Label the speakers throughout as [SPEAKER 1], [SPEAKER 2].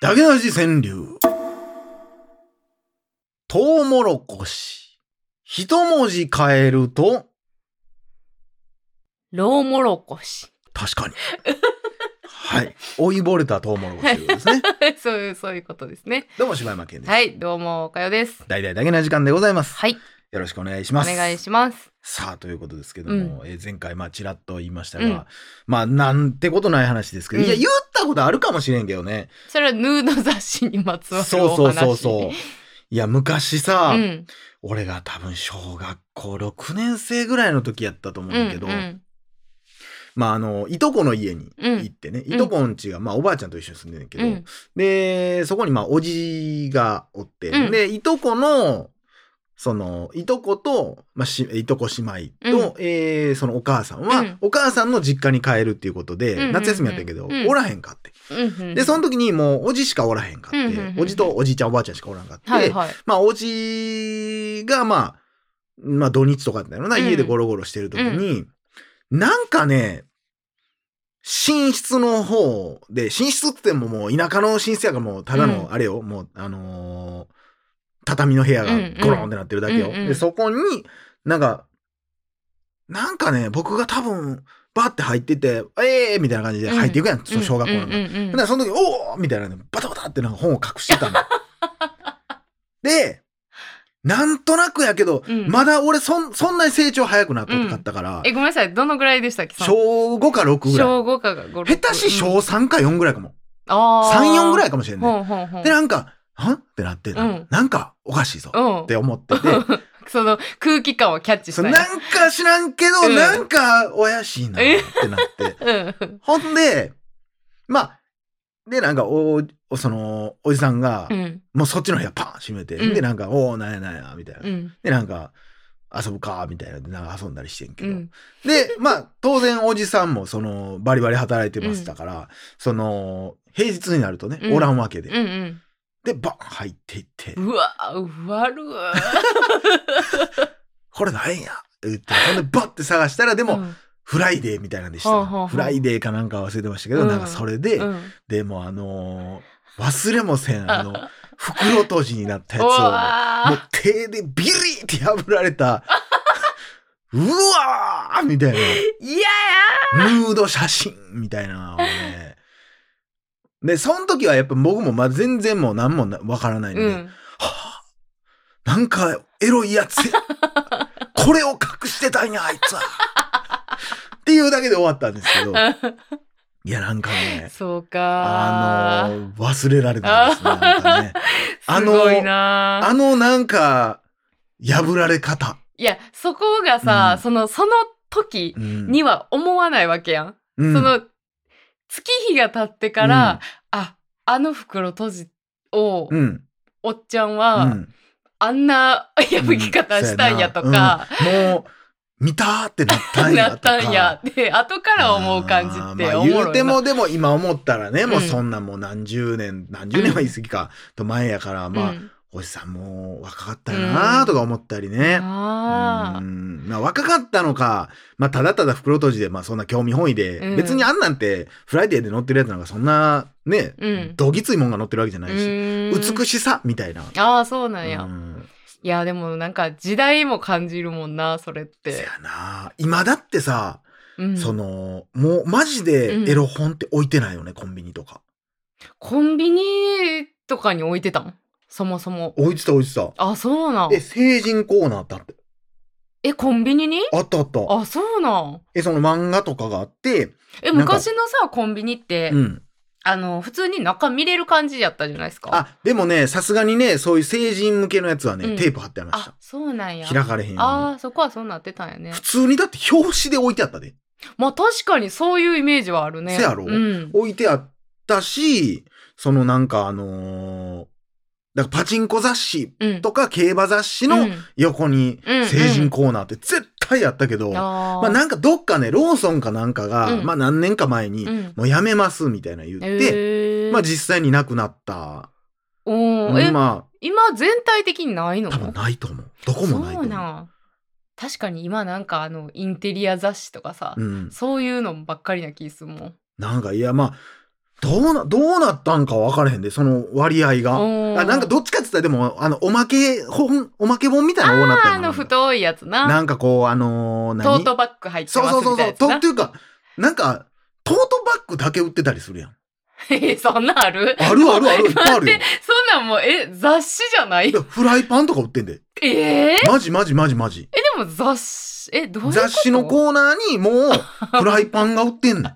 [SPEAKER 1] ダゲなじ川柳。トウモロコシ。一文字変えると、
[SPEAKER 2] ローモロコシ。
[SPEAKER 1] 確かに。はい。追いぼれたトウモロコシということですね。
[SPEAKER 2] そういう、そういうことですね。
[SPEAKER 1] どうも柴山健です。
[SPEAKER 2] はい、どうも、おかよです。
[SPEAKER 1] 大々だけな時間でございます。
[SPEAKER 2] はい、
[SPEAKER 1] よろしくお願いし
[SPEAKER 2] お
[SPEAKER 1] ます。
[SPEAKER 2] 願いします。
[SPEAKER 1] さあ、ということですけども、えー前回、まあ、ちらっと言いましたが、
[SPEAKER 2] うん
[SPEAKER 1] まあ、なんてことない話ですけど、
[SPEAKER 2] うん
[SPEAKER 1] いや、言ったことあるかもしれんけどね。
[SPEAKER 2] それはヌード雑誌にまつわる
[SPEAKER 1] そう
[SPEAKER 2] お話。
[SPEAKER 1] そうそうそう。いや、昔さ、
[SPEAKER 2] うん。
[SPEAKER 1] 俺が多分小学校6年生ぐらいの時やったと思うん
[SPEAKER 2] うん。
[SPEAKER 1] だけど、
[SPEAKER 2] うん。
[SPEAKER 1] まあ、あの、いとこの家に行ってね、
[SPEAKER 2] ん
[SPEAKER 1] いとこん家が、まあ、おばあちゃんと一緒に住んでんけど、
[SPEAKER 2] うん
[SPEAKER 1] で、そこに、まあ、おじがおって、
[SPEAKER 2] うん
[SPEAKER 1] で、いとこの、その、いとこと、まあ、しいとこ姉妹と、えーそのお母さんは、
[SPEAKER 2] うん
[SPEAKER 1] お母さんの実家に帰るっていうことで、
[SPEAKER 2] うんうんうん
[SPEAKER 1] 夏休みやったんやけど、
[SPEAKER 2] うん
[SPEAKER 1] おらへんかって。
[SPEAKER 2] うん。
[SPEAKER 1] で、その時にもう、おじしかおらへんかって、
[SPEAKER 2] うんうんうんうん
[SPEAKER 1] おじとおじいちゃんおばあちゃんしかおらんかって、
[SPEAKER 2] はいはい。
[SPEAKER 1] まあ、おじが、まあ、まあ、土日とかだよな、
[SPEAKER 2] うん
[SPEAKER 1] 家でゴロゴロしてる時に、なんかね、寝室の方で、寝室って言ってももう田舎の寝室やからもうただの、
[SPEAKER 2] う
[SPEAKER 1] あれよ、もう、あのー畳の部屋がゴロンってなってるだけよ。
[SPEAKER 2] うんうんうんう
[SPEAKER 1] で、
[SPEAKER 2] ん
[SPEAKER 1] そこに、なんか、なんかね、僕が多分、バーって入ってて、ええー、みたいな感じで入っていくやん、その小学校の
[SPEAKER 2] うん。うんうんうん
[SPEAKER 1] ほんならその時、おおみたいなね、バタバタってなんか本を隠して たの。で、なんとなくやけど、
[SPEAKER 2] うん
[SPEAKER 1] まだ俺そん、そんなに成長早くなったかったから、
[SPEAKER 2] え、ごめんなさい。どのぐらいでしたっけその
[SPEAKER 1] 小5か6ぐらい。
[SPEAKER 2] 小5かが5、6
[SPEAKER 1] 下手し
[SPEAKER 2] うん
[SPEAKER 1] 小3か4ぐらいかも。
[SPEAKER 2] あ
[SPEAKER 1] 3、4ぐら
[SPEAKER 2] い。
[SPEAKER 1] いかもしれんね。
[SPEAKER 2] ほうほうほう
[SPEAKER 1] で、。なんか、はんってなって、
[SPEAKER 2] うん
[SPEAKER 1] なんかおかしいぞっ
[SPEAKER 2] うん
[SPEAKER 1] て思ってて、
[SPEAKER 2] その空気感をキャッチし
[SPEAKER 1] そ
[SPEAKER 2] た
[SPEAKER 1] う
[SPEAKER 2] い。
[SPEAKER 1] なんか知らんけど、
[SPEAKER 2] うん
[SPEAKER 1] なんか怪しいなってなって。
[SPEAKER 2] うん。
[SPEAKER 1] ほんで、まあ、で、なんか、お、おその、おじさんが
[SPEAKER 2] う、ん。
[SPEAKER 1] もうそっちの部屋パン閉めて、
[SPEAKER 2] うん
[SPEAKER 1] でなんか「おおなんやなんや」みたいな、
[SPEAKER 2] うん。
[SPEAKER 1] でなんか「遊ぶか」みたいなでなんか遊んだりしてんけ
[SPEAKER 2] う
[SPEAKER 1] ど、
[SPEAKER 2] ん。
[SPEAKER 1] でまあ当然おじさんもそのバリバリ働いてましたから、その平日になるとね、
[SPEAKER 2] うん
[SPEAKER 1] おらんわけで、
[SPEAKER 2] うん
[SPEAKER 1] でバン入っていって
[SPEAKER 2] うん。うわ、悪わ。
[SPEAKER 1] 「これなんや」って言ってほんでバッて探したらでも、
[SPEAKER 2] ん、
[SPEAKER 1] フライデーみたいなんでした、
[SPEAKER 2] ほうほうほう
[SPEAKER 1] フライデーかなんか忘れてましたけど、
[SPEAKER 2] うん
[SPEAKER 1] なんかそれで、
[SPEAKER 2] うん、
[SPEAKER 1] でもあのー忘れもせん あの袋閉じになったやつを
[SPEAKER 2] うわー
[SPEAKER 1] もう手でビリって破られた、うわーみたい
[SPEAKER 2] いや
[SPEAKER 1] な、ヌード写真みたいなのをね。で、その時はやっぱ僕もまあ全然もう何もなわからない
[SPEAKER 2] や
[SPEAKER 1] ので、
[SPEAKER 2] うん。
[SPEAKER 1] はぁなんかエロいやつ や。これを隠してたんや、あいつは。っていうだけで終わったんですけど、いや、なんかね、
[SPEAKER 2] そう
[SPEAKER 1] あ
[SPEAKER 2] かー。
[SPEAKER 1] の、忘れられたん ですね、なんかね。あ
[SPEAKER 2] す
[SPEAKER 1] の
[SPEAKER 2] ごいなー
[SPEAKER 1] あの、なんか、破られ方。
[SPEAKER 2] いや、そこがさ、
[SPEAKER 1] うん
[SPEAKER 2] その、その時
[SPEAKER 1] うん
[SPEAKER 2] には思わないわけやん。
[SPEAKER 1] うん
[SPEAKER 2] その、月日が経ってから、あ、あの袋閉じを、
[SPEAKER 1] うん。
[SPEAKER 2] おっちゃん
[SPEAKER 1] う
[SPEAKER 2] は、
[SPEAKER 1] ん
[SPEAKER 2] あんな破き方したんやとか、、
[SPEAKER 1] そうやなうんもう、見たーってなったんや
[SPEAKER 2] な
[SPEAKER 1] と
[SPEAKER 2] っ
[SPEAKER 1] か。
[SPEAKER 2] たんやって後から思う感じって
[SPEAKER 1] あ
[SPEAKER 2] お
[SPEAKER 1] ーまあ
[SPEAKER 2] も
[SPEAKER 1] 言
[SPEAKER 2] ろ
[SPEAKER 1] う
[SPEAKER 2] い
[SPEAKER 1] て
[SPEAKER 2] な、
[SPEAKER 1] も、でも今思ったらね、もううんそんなもう何十年、何十年は言い過ぎか、と前やから、まあ、
[SPEAKER 2] うん
[SPEAKER 1] おじさんも若かったよなーとか思ったりね。
[SPEAKER 2] あ
[SPEAKER 1] う
[SPEAKER 2] ー
[SPEAKER 1] んまあ、若かったのか、まあ、ただただ袋閉じで、まあ、そんな興味本位で、
[SPEAKER 2] うん
[SPEAKER 1] 別にあんなんてフライデーで乗ってるやつなんかそんなね、
[SPEAKER 2] うん
[SPEAKER 1] どぎついもんが乗ってるわけじゃな
[SPEAKER 2] う
[SPEAKER 1] いし、
[SPEAKER 2] ーん
[SPEAKER 1] 美しさみたいな。
[SPEAKER 2] ああそうなんや、
[SPEAKER 1] うん
[SPEAKER 2] いやでもなんか時代も感じるもんなそれっ
[SPEAKER 1] せ
[SPEAKER 2] て、
[SPEAKER 1] やな今だってさ、
[SPEAKER 2] うん、
[SPEAKER 1] そのもうマジでエロ本って置いてないよね、コンビニとか
[SPEAKER 2] コンビニとかに置いてたんそもそも
[SPEAKER 1] 置いてた置いてた
[SPEAKER 2] あそうなん
[SPEAKER 1] え成人コーナーってあって
[SPEAKER 2] えコンビニに
[SPEAKER 1] あったあった
[SPEAKER 2] あそうなん
[SPEAKER 1] えその漫画とかがあって
[SPEAKER 2] え
[SPEAKER 1] なんか
[SPEAKER 2] 昔のさコンビニって、
[SPEAKER 1] うん
[SPEAKER 2] あの普通に中見れる感じやったじゃないですか
[SPEAKER 1] あでもねさすがにねそういう成人向けのやつはね、
[SPEAKER 2] うん
[SPEAKER 1] テープ貼ってありまし
[SPEAKER 2] あそうなんや
[SPEAKER 1] た開かれへんよう
[SPEAKER 2] あーそこはそうなってたんやね
[SPEAKER 1] に普通にだって表紙で置いてあったで
[SPEAKER 2] まあ確かにそういうイメージはあるね。
[SPEAKER 1] せやろ
[SPEAKER 2] うん。
[SPEAKER 1] 置いてあったしそのなんかあのーだからパチンコ雑誌
[SPEAKER 2] うん、
[SPEAKER 1] とか競馬雑誌
[SPEAKER 2] う
[SPEAKER 1] の
[SPEAKER 2] ん
[SPEAKER 1] 横に
[SPEAKER 2] うん
[SPEAKER 1] 成人コーナーって絶対あったけど、
[SPEAKER 2] あー
[SPEAKER 1] まあなんかどっかね、ローソンかなんかが、
[SPEAKER 2] うん
[SPEAKER 1] まあ何年か前に、
[SPEAKER 2] うん
[SPEAKER 1] もうやめますみたいな言って、
[SPEAKER 2] へー
[SPEAKER 1] まあ実際になくなった。
[SPEAKER 2] おーえ
[SPEAKER 1] ま
[SPEAKER 2] 今全体的にない
[SPEAKER 1] あ
[SPEAKER 2] の
[SPEAKER 1] 多分ないと思う。どこもないと思
[SPEAKER 2] そう
[SPEAKER 1] う。
[SPEAKER 2] なん確かに今なんかあのインテリア雑誌とかさ、
[SPEAKER 1] うん、
[SPEAKER 2] そういうのばっかりな気するもん。
[SPEAKER 1] なんか、いや、まあ、どうな、どうなったんか分からへんで、その割合が。あなんかどっちかって言ったら、でも、あの、おまけ本、おまけ本みたいなの多なった
[SPEAKER 2] あ
[SPEAKER 1] よ
[SPEAKER 2] ーあ
[SPEAKER 1] な
[SPEAKER 2] の太いやつな
[SPEAKER 1] なんかこう、あのー何
[SPEAKER 2] トートバッグ入って
[SPEAKER 1] そう
[SPEAKER 2] ます
[SPEAKER 1] そうそ
[SPEAKER 2] み
[SPEAKER 1] う
[SPEAKER 2] たいな
[SPEAKER 1] そ
[SPEAKER 2] や
[SPEAKER 1] う。と、っ
[SPEAKER 2] つな
[SPEAKER 1] ていうか、なんか、トートバッグだけ売ってたりするやん。
[SPEAKER 2] えそんなんある
[SPEAKER 1] あるあるある、いっぱいあ るよ。
[SPEAKER 2] そんなんもうえ雑誌じゃない
[SPEAKER 1] いやフライパンとか売ってんで。
[SPEAKER 2] えー、えで
[SPEAKER 1] マジマジマジマジ。
[SPEAKER 2] も雑誌えどういうこと
[SPEAKER 1] 雑誌のコーナーにもう、フライパンが売ってん の。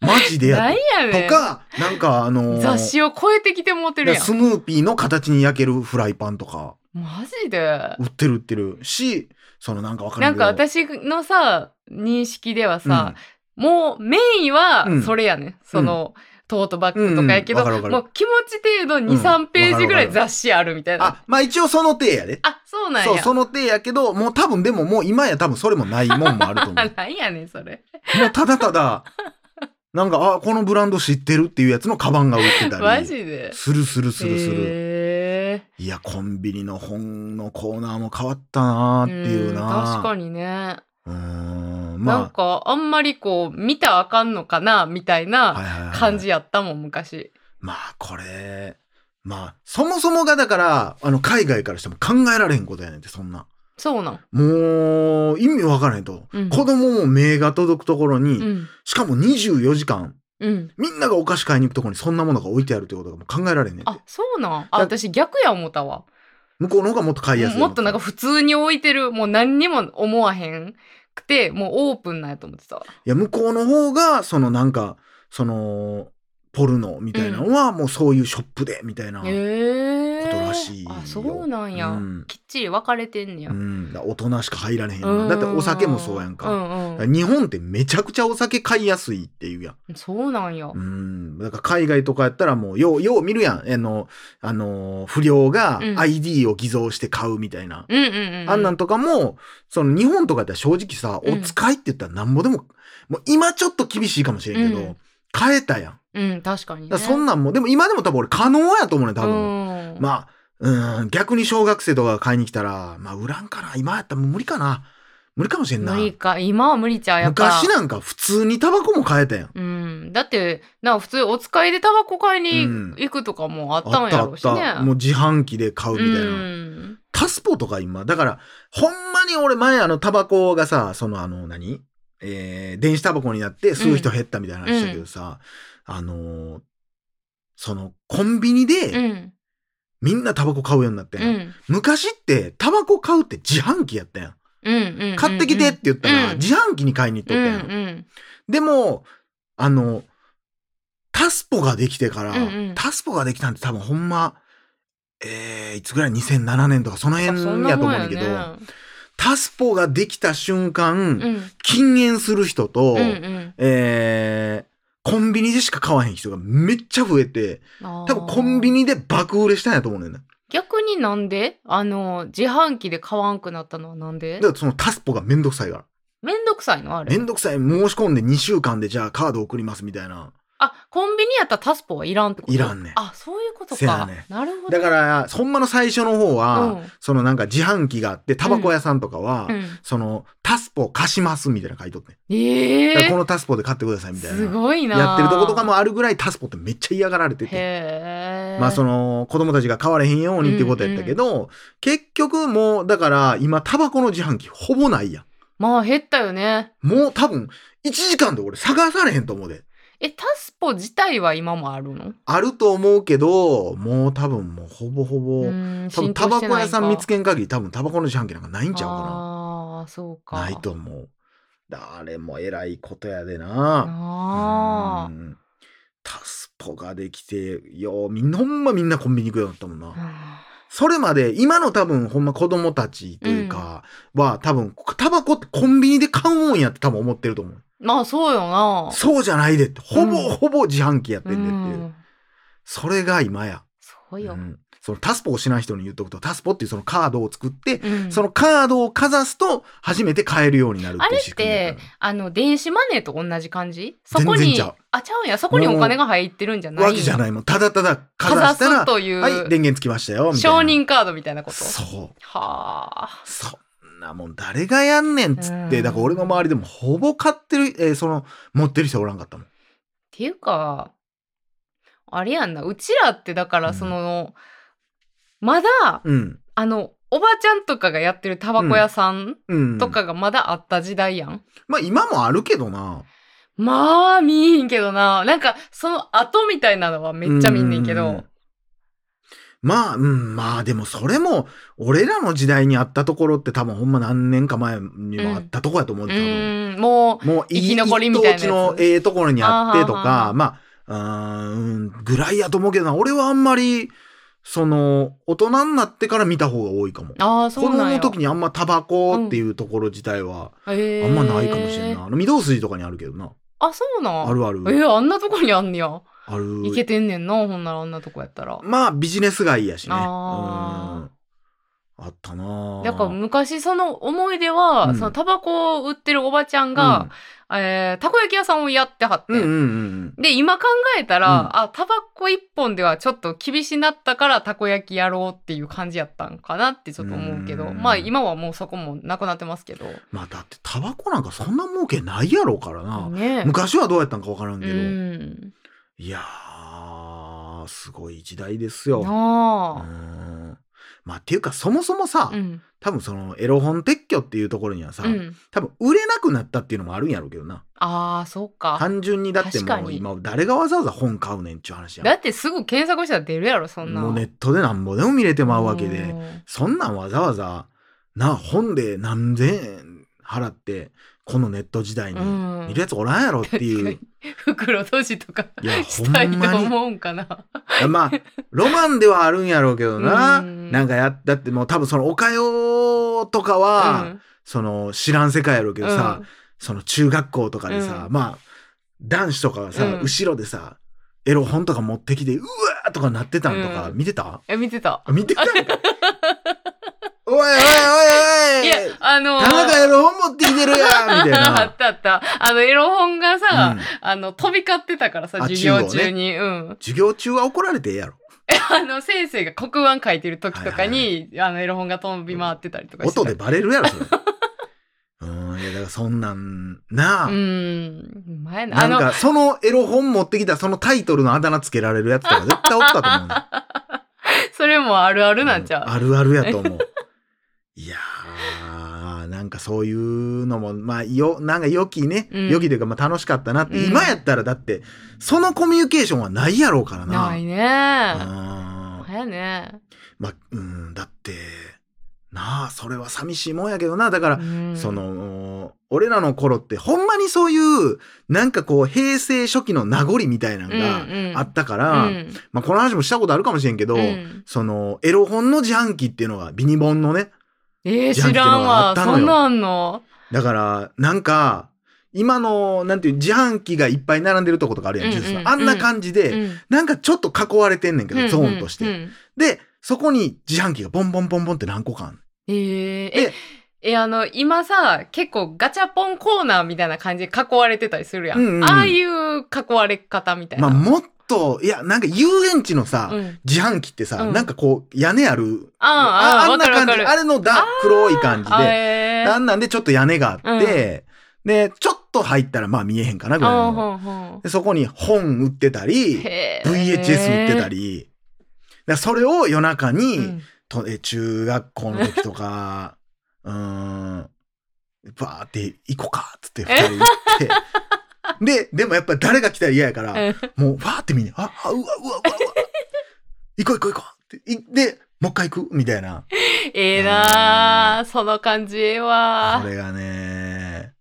[SPEAKER 1] マジでや
[SPEAKER 2] なん
[SPEAKER 1] で。
[SPEAKER 2] やねん
[SPEAKER 1] とか、なんかあのー
[SPEAKER 2] 雑誌を超えてきてもうてるやん
[SPEAKER 1] スヌーピーの形に焼けるフライパンとか、
[SPEAKER 2] マジで
[SPEAKER 1] 売ってる売ってるし、そのなんかわか
[SPEAKER 2] な
[SPEAKER 1] ら
[SPEAKER 2] んか
[SPEAKER 1] んけど。
[SPEAKER 2] 私のさ認識ではさ、もうメインは
[SPEAKER 1] うん
[SPEAKER 2] それやね、そのトートバッグとかやけど、
[SPEAKER 1] うんわかるわかる
[SPEAKER 2] もう気持ち程度
[SPEAKER 1] う
[SPEAKER 2] 23
[SPEAKER 1] ん、
[SPEAKER 2] 3ページぐ
[SPEAKER 1] わかるわ
[SPEAKER 2] ら
[SPEAKER 1] か
[SPEAKER 2] い
[SPEAKER 1] る
[SPEAKER 2] 雑誌あるみたい
[SPEAKER 1] うん、
[SPEAKER 2] な
[SPEAKER 1] あ、まあ一応その手やで。
[SPEAKER 2] あそうなんや
[SPEAKER 1] そう、その手やけど、もう多分でももう今や多分それもないもんもあると思う。
[SPEAKER 2] あなんやねんそれ
[SPEAKER 1] もうただただ、なんか、あ、このブランド知ってるっていうやつのカバンが売ってた
[SPEAKER 2] マ
[SPEAKER 1] り。
[SPEAKER 2] ジです
[SPEAKER 1] るするするする。
[SPEAKER 2] へ
[SPEAKER 1] いや、コンビニの本のコーナーも変わったなー
[SPEAKER 2] ー
[SPEAKER 1] っていうな。
[SPEAKER 2] ん確か
[SPEAKER 1] に。
[SPEAKER 2] にね、
[SPEAKER 1] うーん、
[SPEAKER 2] なん
[SPEAKER 1] ま
[SPEAKER 2] かあんまりこう見たらあかんのかなみたい
[SPEAKER 1] あ、はい
[SPEAKER 2] な
[SPEAKER 1] はいはい
[SPEAKER 2] 感じやったもん昔
[SPEAKER 1] まあ、これ、まあ、そもそもがだから、あの、海外からしても考えられへんことやねんって、そんな。
[SPEAKER 2] そうなん
[SPEAKER 1] もう、意味わからへんと。
[SPEAKER 2] うん
[SPEAKER 1] 子供も目が届くところに、
[SPEAKER 2] うん
[SPEAKER 1] しかも24時間、
[SPEAKER 2] うん
[SPEAKER 1] みんながお菓子買いに行くところにそんなものが置いてあるってことがもう考えられへんねんて
[SPEAKER 2] あ。そうなんあ私逆や思ったわ
[SPEAKER 1] 向こうの方がもっと買いやすい。
[SPEAKER 2] もっとなんか普通に置いてるもう何にも思わへんくてもうオープンなんやと思ってたわ
[SPEAKER 1] いや、向こうの方が、そのなんか、その、ポルノみたいなのは、もうそういうショップで、みたいな。
[SPEAKER 2] へえ
[SPEAKER 1] ことらしいよ
[SPEAKER 2] あそうなんや、
[SPEAKER 1] うん
[SPEAKER 2] きっちり分かれてんねや、
[SPEAKER 1] う
[SPEAKER 2] うん
[SPEAKER 1] ん。だから大人しか入られへんよ
[SPEAKER 2] うんう
[SPEAKER 1] な。だっ
[SPEAKER 2] ん
[SPEAKER 1] てお酒もそうやんか。
[SPEAKER 2] う
[SPEAKER 1] だ
[SPEAKER 2] ん
[SPEAKER 1] か
[SPEAKER 2] う
[SPEAKER 1] ら日本ってめちゃくちゃお酒買いやすいっていうやん。
[SPEAKER 2] ん、そうなんや、
[SPEAKER 1] うん。だから海外とかやったらもう、よう、よう見るやん。あの、あの、不良が
[SPEAKER 2] うん
[SPEAKER 1] ID を偽造して買うみたいな。
[SPEAKER 2] うんうんうん
[SPEAKER 1] あんなんとかも、その日本とかやったら正直さ、
[SPEAKER 2] うん
[SPEAKER 1] お使いって言ったらなんぼでも、もう今ちょっと厳しいかもしれんけ
[SPEAKER 2] う
[SPEAKER 1] ど
[SPEAKER 2] ん、
[SPEAKER 1] 買えたやん。
[SPEAKER 2] うん確かに、ね、
[SPEAKER 1] だからそんなんも、でも今でも多分俺可能やと思うね、多分。
[SPEAKER 2] 分あ
[SPEAKER 1] まあ、うん、逆に小学生とかが買いに来たら、まあ、売らんかな。今やったらもう無理かな。無理かもしれんな
[SPEAKER 2] 無。理か今は無理ちゃうやっぱ
[SPEAKER 1] 昔なんか普通にタバコも買えたやん。
[SPEAKER 2] うん、だってな普通お使いでタバコ買いに
[SPEAKER 1] うん
[SPEAKER 2] 行くとかもあっ
[SPEAKER 1] あ
[SPEAKER 2] たん
[SPEAKER 1] った
[SPEAKER 2] や
[SPEAKER 1] あ
[SPEAKER 2] ろう
[SPEAKER 1] っ
[SPEAKER 2] しね、
[SPEAKER 1] た。もう自販機で買うみたいな。
[SPEAKER 2] うん
[SPEAKER 1] タスポとか今。だから、ほんまに俺前あのタバコがさ、そのあの何えー、電子タバコになって吸う人減ったみたいな話したけどさ、あのーそのコンビニ
[SPEAKER 2] う
[SPEAKER 1] で
[SPEAKER 2] ん
[SPEAKER 1] みんなタバコ買うようになって
[SPEAKER 2] うんうん
[SPEAKER 1] 昔ってタバコ買うって自販機やったやん。
[SPEAKER 2] うんうん
[SPEAKER 1] 買ってきてって言ったら
[SPEAKER 2] うん
[SPEAKER 1] 自販機に買いに行っと
[SPEAKER 2] う
[SPEAKER 1] っ
[SPEAKER 2] ん
[SPEAKER 1] た
[SPEAKER 2] う
[SPEAKER 1] やん。
[SPEAKER 2] ん
[SPEAKER 1] でも、あの、タスポができてから、
[SPEAKER 2] うんうん
[SPEAKER 1] タスポができたんって多分ほんま、えー、いつぐらい ?2007 年とかその辺
[SPEAKER 2] そん
[SPEAKER 1] やと
[SPEAKER 2] なも
[SPEAKER 1] 思
[SPEAKER 2] ん
[SPEAKER 1] うんだ
[SPEAKER 2] や
[SPEAKER 1] け
[SPEAKER 2] ね
[SPEAKER 1] ど、タスポができた瞬間、
[SPEAKER 2] うん
[SPEAKER 1] 禁煙する人と、
[SPEAKER 2] うんうん
[SPEAKER 1] えー、コンビニでしか買わへん人がめっちゃ増えて、
[SPEAKER 2] 多
[SPEAKER 1] 多分コンビニで爆売れしたんやと思うねんだよね。
[SPEAKER 2] 逆になんであの自販機で買わんくなったのはなんで
[SPEAKER 1] だからそのタスポがめんどくさいから。
[SPEAKER 2] めんどくさいのあれ
[SPEAKER 1] めんどくさい申し込んで2週間でじゃあカード送りますみたいな
[SPEAKER 2] あコンビニやったらタスポはいらんってことい
[SPEAKER 1] いらんねん
[SPEAKER 2] あそういうこと
[SPEAKER 1] せ
[SPEAKER 2] か、
[SPEAKER 1] やね
[SPEAKER 2] なるほど
[SPEAKER 1] だからほんまの最初の方は、
[SPEAKER 2] うん
[SPEAKER 1] そのなんか自販機があってタバコ屋さんとかは、
[SPEAKER 2] うん、
[SPEAKER 1] そのタスポ貸しますみたいなの書いとって、
[SPEAKER 2] ええ
[SPEAKER 1] だからこのタスポで買ってくださいみたい
[SPEAKER 2] す
[SPEAKER 1] な
[SPEAKER 2] ごいな
[SPEAKER 1] やってるとことかもあるぐらいタスポってめっちゃ嫌がられてて
[SPEAKER 2] へえ
[SPEAKER 1] まあそ
[SPEAKER 2] の
[SPEAKER 1] の子供たちが買われへんようにっていうことやったけど、結局もうだから今タバコの自販機ほぼないやん
[SPEAKER 2] まあ減ったよね
[SPEAKER 1] もう多分1時間で俺探されへんと思うで
[SPEAKER 2] えタスポ自体は今もあるの
[SPEAKER 1] あると思うけどもう多分もうほぼほぼ、
[SPEAKER 2] ん
[SPEAKER 1] 多分タバコ屋さん見つけん限り多分タバコの自販機なんかないんちゃうか
[SPEAKER 2] ああーそうか
[SPEAKER 1] なないと思うだあれも偉いことやでな
[SPEAKER 2] なあ
[SPEAKER 1] うんタスポができてようみんなほんまみんなコンビニ行くようになったもんなそれまで今の多分ほんま子供たちというかは、多分タバコってコンビニで買うもんやって多分思ってると思う
[SPEAKER 2] まあそうよな
[SPEAKER 1] そうじゃないでってほぼ
[SPEAKER 2] うん
[SPEAKER 1] ほぼ自販機やってん
[SPEAKER 2] う
[SPEAKER 1] でっていう、
[SPEAKER 2] ん
[SPEAKER 1] それが今や、
[SPEAKER 2] そう
[SPEAKER 1] う
[SPEAKER 2] よ、
[SPEAKER 1] ん、そのタスポをしない人に言っとくとタスポっていうそのカードを作って
[SPEAKER 2] うん
[SPEAKER 1] そのカードをかざすと初めて買えるようになる
[SPEAKER 2] あ
[SPEAKER 1] ってい
[SPEAKER 2] れ
[SPEAKER 1] う
[SPEAKER 2] っ
[SPEAKER 1] 仕組みやか
[SPEAKER 2] てあの電子マネーと同じ感じそこ
[SPEAKER 1] 全然
[SPEAKER 2] に
[SPEAKER 1] ちゃう
[SPEAKER 2] あちゃうんやそこにお金が入ってるんじゃな
[SPEAKER 1] ら
[SPEAKER 2] い
[SPEAKER 1] わけじゃ
[SPEAKER 2] い
[SPEAKER 1] ないもんただただ
[SPEAKER 2] か
[SPEAKER 1] かざ
[SPEAKER 2] ざ
[SPEAKER 1] したら
[SPEAKER 2] すという、
[SPEAKER 1] はい電源つきましたよみたいな
[SPEAKER 2] 承認カードみたいなこと
[SPEAKER 1] そう
[SPEAKER 2] はあ
[SPEAKER 1] そんなもん誰がやんねんっつっ
[SPEAKER 2] う
[SPEAKER 1] て
[SPEAKER 2] ん
[SPEAKER 1] だから俺の周りでもほぼ買ってる、えーその持ってる人おらんかったもん
[SPEAKER 2] ていうか、あれやんな、うちらってだか
[SPEAKER 1] う
[SPEAKER 2] ら
[SPEAKER 1] ん
[SPEAKER 2] その、まだ、
[SPEAKER 1] うん。
[SPEAKER 2] あの、おばちゃんとかがやってるタバコ屋さん
[SPEAKER 1] うん。
[SPEAKER 2] と。かがまだあった時代やん。
[SPEAKER 1] まあ今もあるけどな。
[SPEAKER 2] まあ、見えへんけどな。なんか、その後みたいなのはめっちゃ見んねんけ
[SPEAKER 1] う
[SPEAKER 2] ど。。
[SPEAKER 1] まあ、うん、まあでもそれも、俺らの時代にあったところって多分ほんま何年か前にもあったとこやと思う
[SPEAKER 2] う
[SPEAKER 1] で多分。
[SPEAKER 2] ーん、もう、
[SPEAKER 1] もういい
[SPEAKER 2] 生き残りみたいなやつ
[SPEAKER 1] 一等地のええところにあってと
[SPEAKER 2] あ
[SPEAKER 1] か、
[SPEAKER 2] ー
[SPEAKER 1] まあ、うーん、ぐらいやと思うけどな、俺はあんまり、その、大人になってから見た方が多いかも。
[SPEAKER 2] ああ、そ
[SPEAKER 1] 子
[SPEAKER 2] う
[SPEAKER 1] 供
[SPEAKER 2] なんや。
[SPEAKER 1] の時にあんまタバコっていうところ自体は、あ
[SPEAKER 2] へー
[SPEAKER 1] んまないかもしれんな。。あの、御堂筋とかにあるけどな。
[SPEAKER 2] あ、そうなん。
[SPEAKER 1] あるある。
[SPEAKER 2] えーあんなとこにあんねや。
[SPEAKER 1] ある。
[SPEAKER 2] いけてんねんな、ほんならあんなとこやったら。
[SPEAKER 1] まあビジネス街やしね。うん。
[SPEAKER 2] あ
[SPEAKER 1] あったなぁ
[SPEAKER 2] だから昔その思い出は、
[SPEAKER 1] うん
[SPEAKER 2] そのタバコを売ってるおばちゃんが、、えーたこ焼き屋さんをやってはって。
[SPEAKER 1] うん、うんうんうん
[SPEAKER 2] で、今考えたら、
[SPEAKER 1] うん
[SPEAKER 2] あ、タバコ一本ではちょっと厳しなったからたこ焼きやろうっていう感じやったんかなってちょっと思うけど、
[SPEAKER 1] うん
[SPEAKER 2] まあ今はもうそこもなくなってますけど。
[SPEAKER 1] まあだってタバコなんかそんな儲けないやろうからな。
[SPEAKER 2] ね
[SPEAKER 1] 昔はどうやったんかわからんけ
[SPEAKER 2] う
[SPEAKER 1] ど。
[SPEAKER 2] ん。
[SPEAKER 1] いやー、すごい時代ですよ。う
[SPEAKER 2] なあ。
[SPEAKER 1] ん。まあっていうかそもそもさ、
[SPEAKER 2] うん。
[SPEAKER 1] 多分そのエロ本撤去っていうところにはさ、
[SPEAKER 2] うん。
[SPEAKER 1] 多分売れなくなったっていうのもあるんやろうけどな。
[SPEAKER 2] ああ、そっか。
[SPEAKER 1] 単純にだって
[SPEAKER 2] 確
[SPEAKER 1] も
[SPEAKER 2] か
[SPEAKER 1] う
[SPEAKER 2] に
[SPEAKER 1] 今誰がわざわざ本買うねんっちゅう話やん
[SPEAKER 2] だってすぐ検索したら出るやろそんな
[SPEAKER 1] もうネットでなんぼでも見れて
[SPEAKER 2] て
[SPEAKER 1] まうわけで。そんなんわざわざ、な、本で何千円払って、このネット時代に
[SPEAKER 2] うん
[SPEAKER 1] 見るやつおらんやろっていう。
[SPEAKER 2] 袋閉じとか
[SPEAKER 1] いや、ほ
[SPEAKER 2] したい
[SPEAKER 1] ん
[SPEAKER 2] と
[SPEAKER 1] まに。
[SPEAKER 2] 思うんかな
[SPEAKER 1] まあ、ロマンではあるんやろうけどな。
[SPEAKER 2] うん
[SPEAKER 1] なんかやっだってもう多分その、おかよとかは、
[SPEAKER 2] うん
[SPEAKER 1] その、知らん世界やろうけどさ、
[SPEAKER 2] うん
[SPEAKER 1] その中学校とかでさ、
[SPEAKER 2] う
[SPEAKER 1] まあ、男子とかがさ、
[SPEAKER 2] うん
[SPEAKER 1] 後ろでさ、エロ本とか持ってきて、うわーとかなってたんとか、
[SPEAKER 2] うん
[SPEAKER 1] 見てた
[SPEAKER 2] え見てた
[SPEAKER 1] 見てたん かおいおいおいおい
[SPEAKER 2] いやあのー
[SPEAKER 1] 田中エロ本持ってきてるやんみたい
[SPEAKER 2] あ
[SPEAKER 1] な
[SPEAKER 2] っ。たあったあのエロ本がさ、
[SPEAKER 1] うん
[SPEAKER 2] あの飛び交ってたからさ
[SPEAKER 1] あ
[SPEAKER 2] 授業
[SPEAKER 1] 中
[SPEAKER 2] 中
[SPEAKER 1] 央
[SPEAKER 2] に、うん
[SPEAKER 1] 授業中は怒られてええやろ。
[SPEAKER 2] あの先生が黒板書いてる時とか
[SPEAKER 1] は
[SPEAKER 2] に、あのエロ本が飛び回ってたりとかしてた
[SPEAKER 1] 音でバレるやろ、それ。 うん、いや、だからそんなん、なあ。
[SPEAKER 2] うん前な
[SPEAKER 1] な
[SPEAKER 2] あ
[SPEAKER 1] ん
[SPEAKER 2] の
[SPEAKER 1] か、そのエロ本持ってきた、そのタイトルのあだ名つけられるやつと か絶対おったと思うね。
[SPEAKER 2] それもあるあるなんちゃう、
[SPEAKER 1] あるあるやと思う。いやー、なんかそういうのも、まあ、よ、なんか良きね、
[SPEAKER 2] うん
[SPEAKER 1] 良きというか、まあ楽しかったなって、
[SPEAKER 2] うん
[SPEAKER 1] 今やったらだって、そのコミュニケーションはないやろうからな。
[SPEAKER 2] ないね
[SPEAKER 1] うん
[SPEAKER 2] はやね
[SPEAKER 1] まあ、うん、だって、なあ、それは寂しいもんやけどな。だから、
[SPEAKER 2] うん
[SPEAKER 1] その、俺らの頃って、ほんまにそういう、なんかこう、平成初期の名残みたいなの
[SPEAKER 2] うん
[SPEAKER 1] が
[SPEAKER 2] うん
[SPEAKER 1] あったから、
[SPEAKER 2] うん
[SPEAKER 1] まあ、この話もしたことあるかもしれんけど、
[SPEAKER 2] うん
[SPEAKER 1] その、エロ本の自販機っていうのが、ビニボンのね。
[SPEAKER 2] えー、
[SPEAKER 1] ジャン
[SPEAKER 2] 知
[SPEAKER 1] キー
[SPEAKER 2] らん
[SPEAKER 1] のがあ
[SPEAKER 2] わ
[SPEAKER 1] ったのよ
[SPEAKER 2] そんなんあんの
[SPEAKER 1] だから、なんか、今の、なんていう、自販機がいっぱい並んでるとことかあるやん、
[SPEAKER 2] うん
[SPEAKER 1] ジ
[SPEAKER 2] う
[SPEAKER 1] ュ
[SPEAKER 2] ん
[SPEAKER 1] ースの。あんな感じで、
[SPEAKER 2] うん
[SPEAKER 1] なんかちょっと囲われてんねんけど、ゾーンとして。
[SPEAKER 2] うんうんうん
[SPEAKER 1] で、そこに自販機がボンボンボンボンって何個かあんの
[SPEAKER 2] えー、
[SPEAKER 1] で
[SPEAKER 2] ええあの今さ結構ガチャポンコーナーみたいな感じで囲われてたりするやん、
[SPEAKER 1] うんうんうん
[SPEAKER 2] ああいう囲われ方みたい
[SPEAKER 1] ま
[SPEAKER 2] な、
[SPEAKER 1] あ、もっと、いや、なんか遊園地のさ、
[SPEAKER 2] うん、
[SPEAKER 1] 自販機ってさ、
[SPEAKER 2] うん
[SPEAKER 1] なんかこう、屋根ある。
[SPEAKER 2] あーあー
[SPEAKER 1] んな
[SPEAKER 2] わかるわ
[SPEAKER 1] 感じ。
[SPEAKER 2] かる
[SPEAKER 1] あれのだ、黒い感じ
[SPEAKER 2] あ
[SPEAKER 1] で。
[SPEAKER 2] えー
[SPEAKER 1] あんなんでちょっと屋根があって、で、ちょっと入ったらまあ見えへんかなぐらい
[SPEAKER 2] あー
[SPEAKER 1] の。
[SPEAKER 2] ほんほん
[SPEAKER 1] でそこに本売ってたり、
[SPEAKER 2] へー
[SPEAKER 1] VHS 売ってたり。だからそれを夜中に、
[SPEAKER 2] うん
[SPEAKER 1] とえ中学校の時とか、 うーん、バーって行こうか、つって二人行って。で、でもやっぱ誰が来たら嫌やから、
[SPEAKER 2] うん
[SPEAKER 1] もう、わーってみんな、あ、あうわ、うわ、うわ、 うわ、行こう行こう行こうって、いで、もう一回行くみたいな。
[SPEAKER 2] ええなーその感じええわ
[SPEAKER 1] これがね。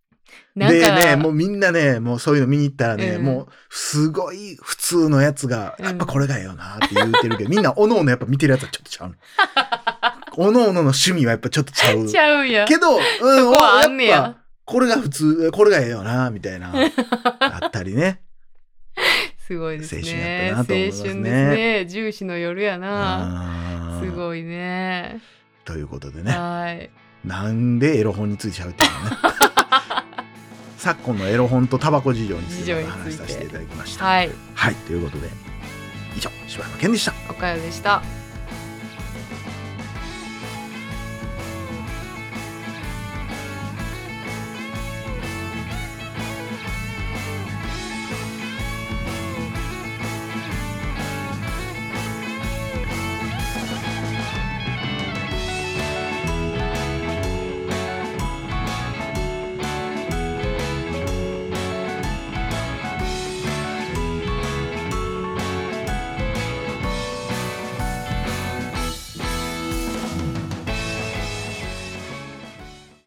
[SPEAKER 2] なん
[SPEAKER 1] で
[SPEAKER 2] か
[SPEAKER 1] ね、もうみんなね、もうそういうの見に行ったらね、
[SPEAKER 2] うん
[SPEAKER 1] もう、すごい普通のやつが、
[SPEAKER 2] うん
[SPEAKER 1] やっぱこれがええよなって言ってるけど、みんな、おのおのやっぱ見てるやつはちょっと ちゃうの。おのおのの趣味はやっぱちょっとちゃう。
[SPEAKER 2] ちゃうんや
[SPEAKER 1] けど、うん、
[SPEAKER 2] そこはあんね
[SPEAKER 1] やっ
[SPEAKER 2] や
[SPEAKER 1] ぱ、これが普通、これがええよな、みたいな、あったり ね。
[SPEAKER 2] すごいですね
[SPEAKER 1] 青春やったなと思いますね
[SPEAKER 2] 青春ですね重視の夜やな
[SPEAKER 1] あ
[SPEAKER 2] すごいね
[SPEAKER 1] ということでね。
[SPEAKER 2] はい
[SPEAKER 1] なんでエロ本について喋った のかね昨今のエロ本とタバコ事情についてまた話させていただきました。
[SPEAKER 2] はい
[SPEAKER 1] はい、ということで以上柴山健でした。
[SPEAKER 2] おかよでした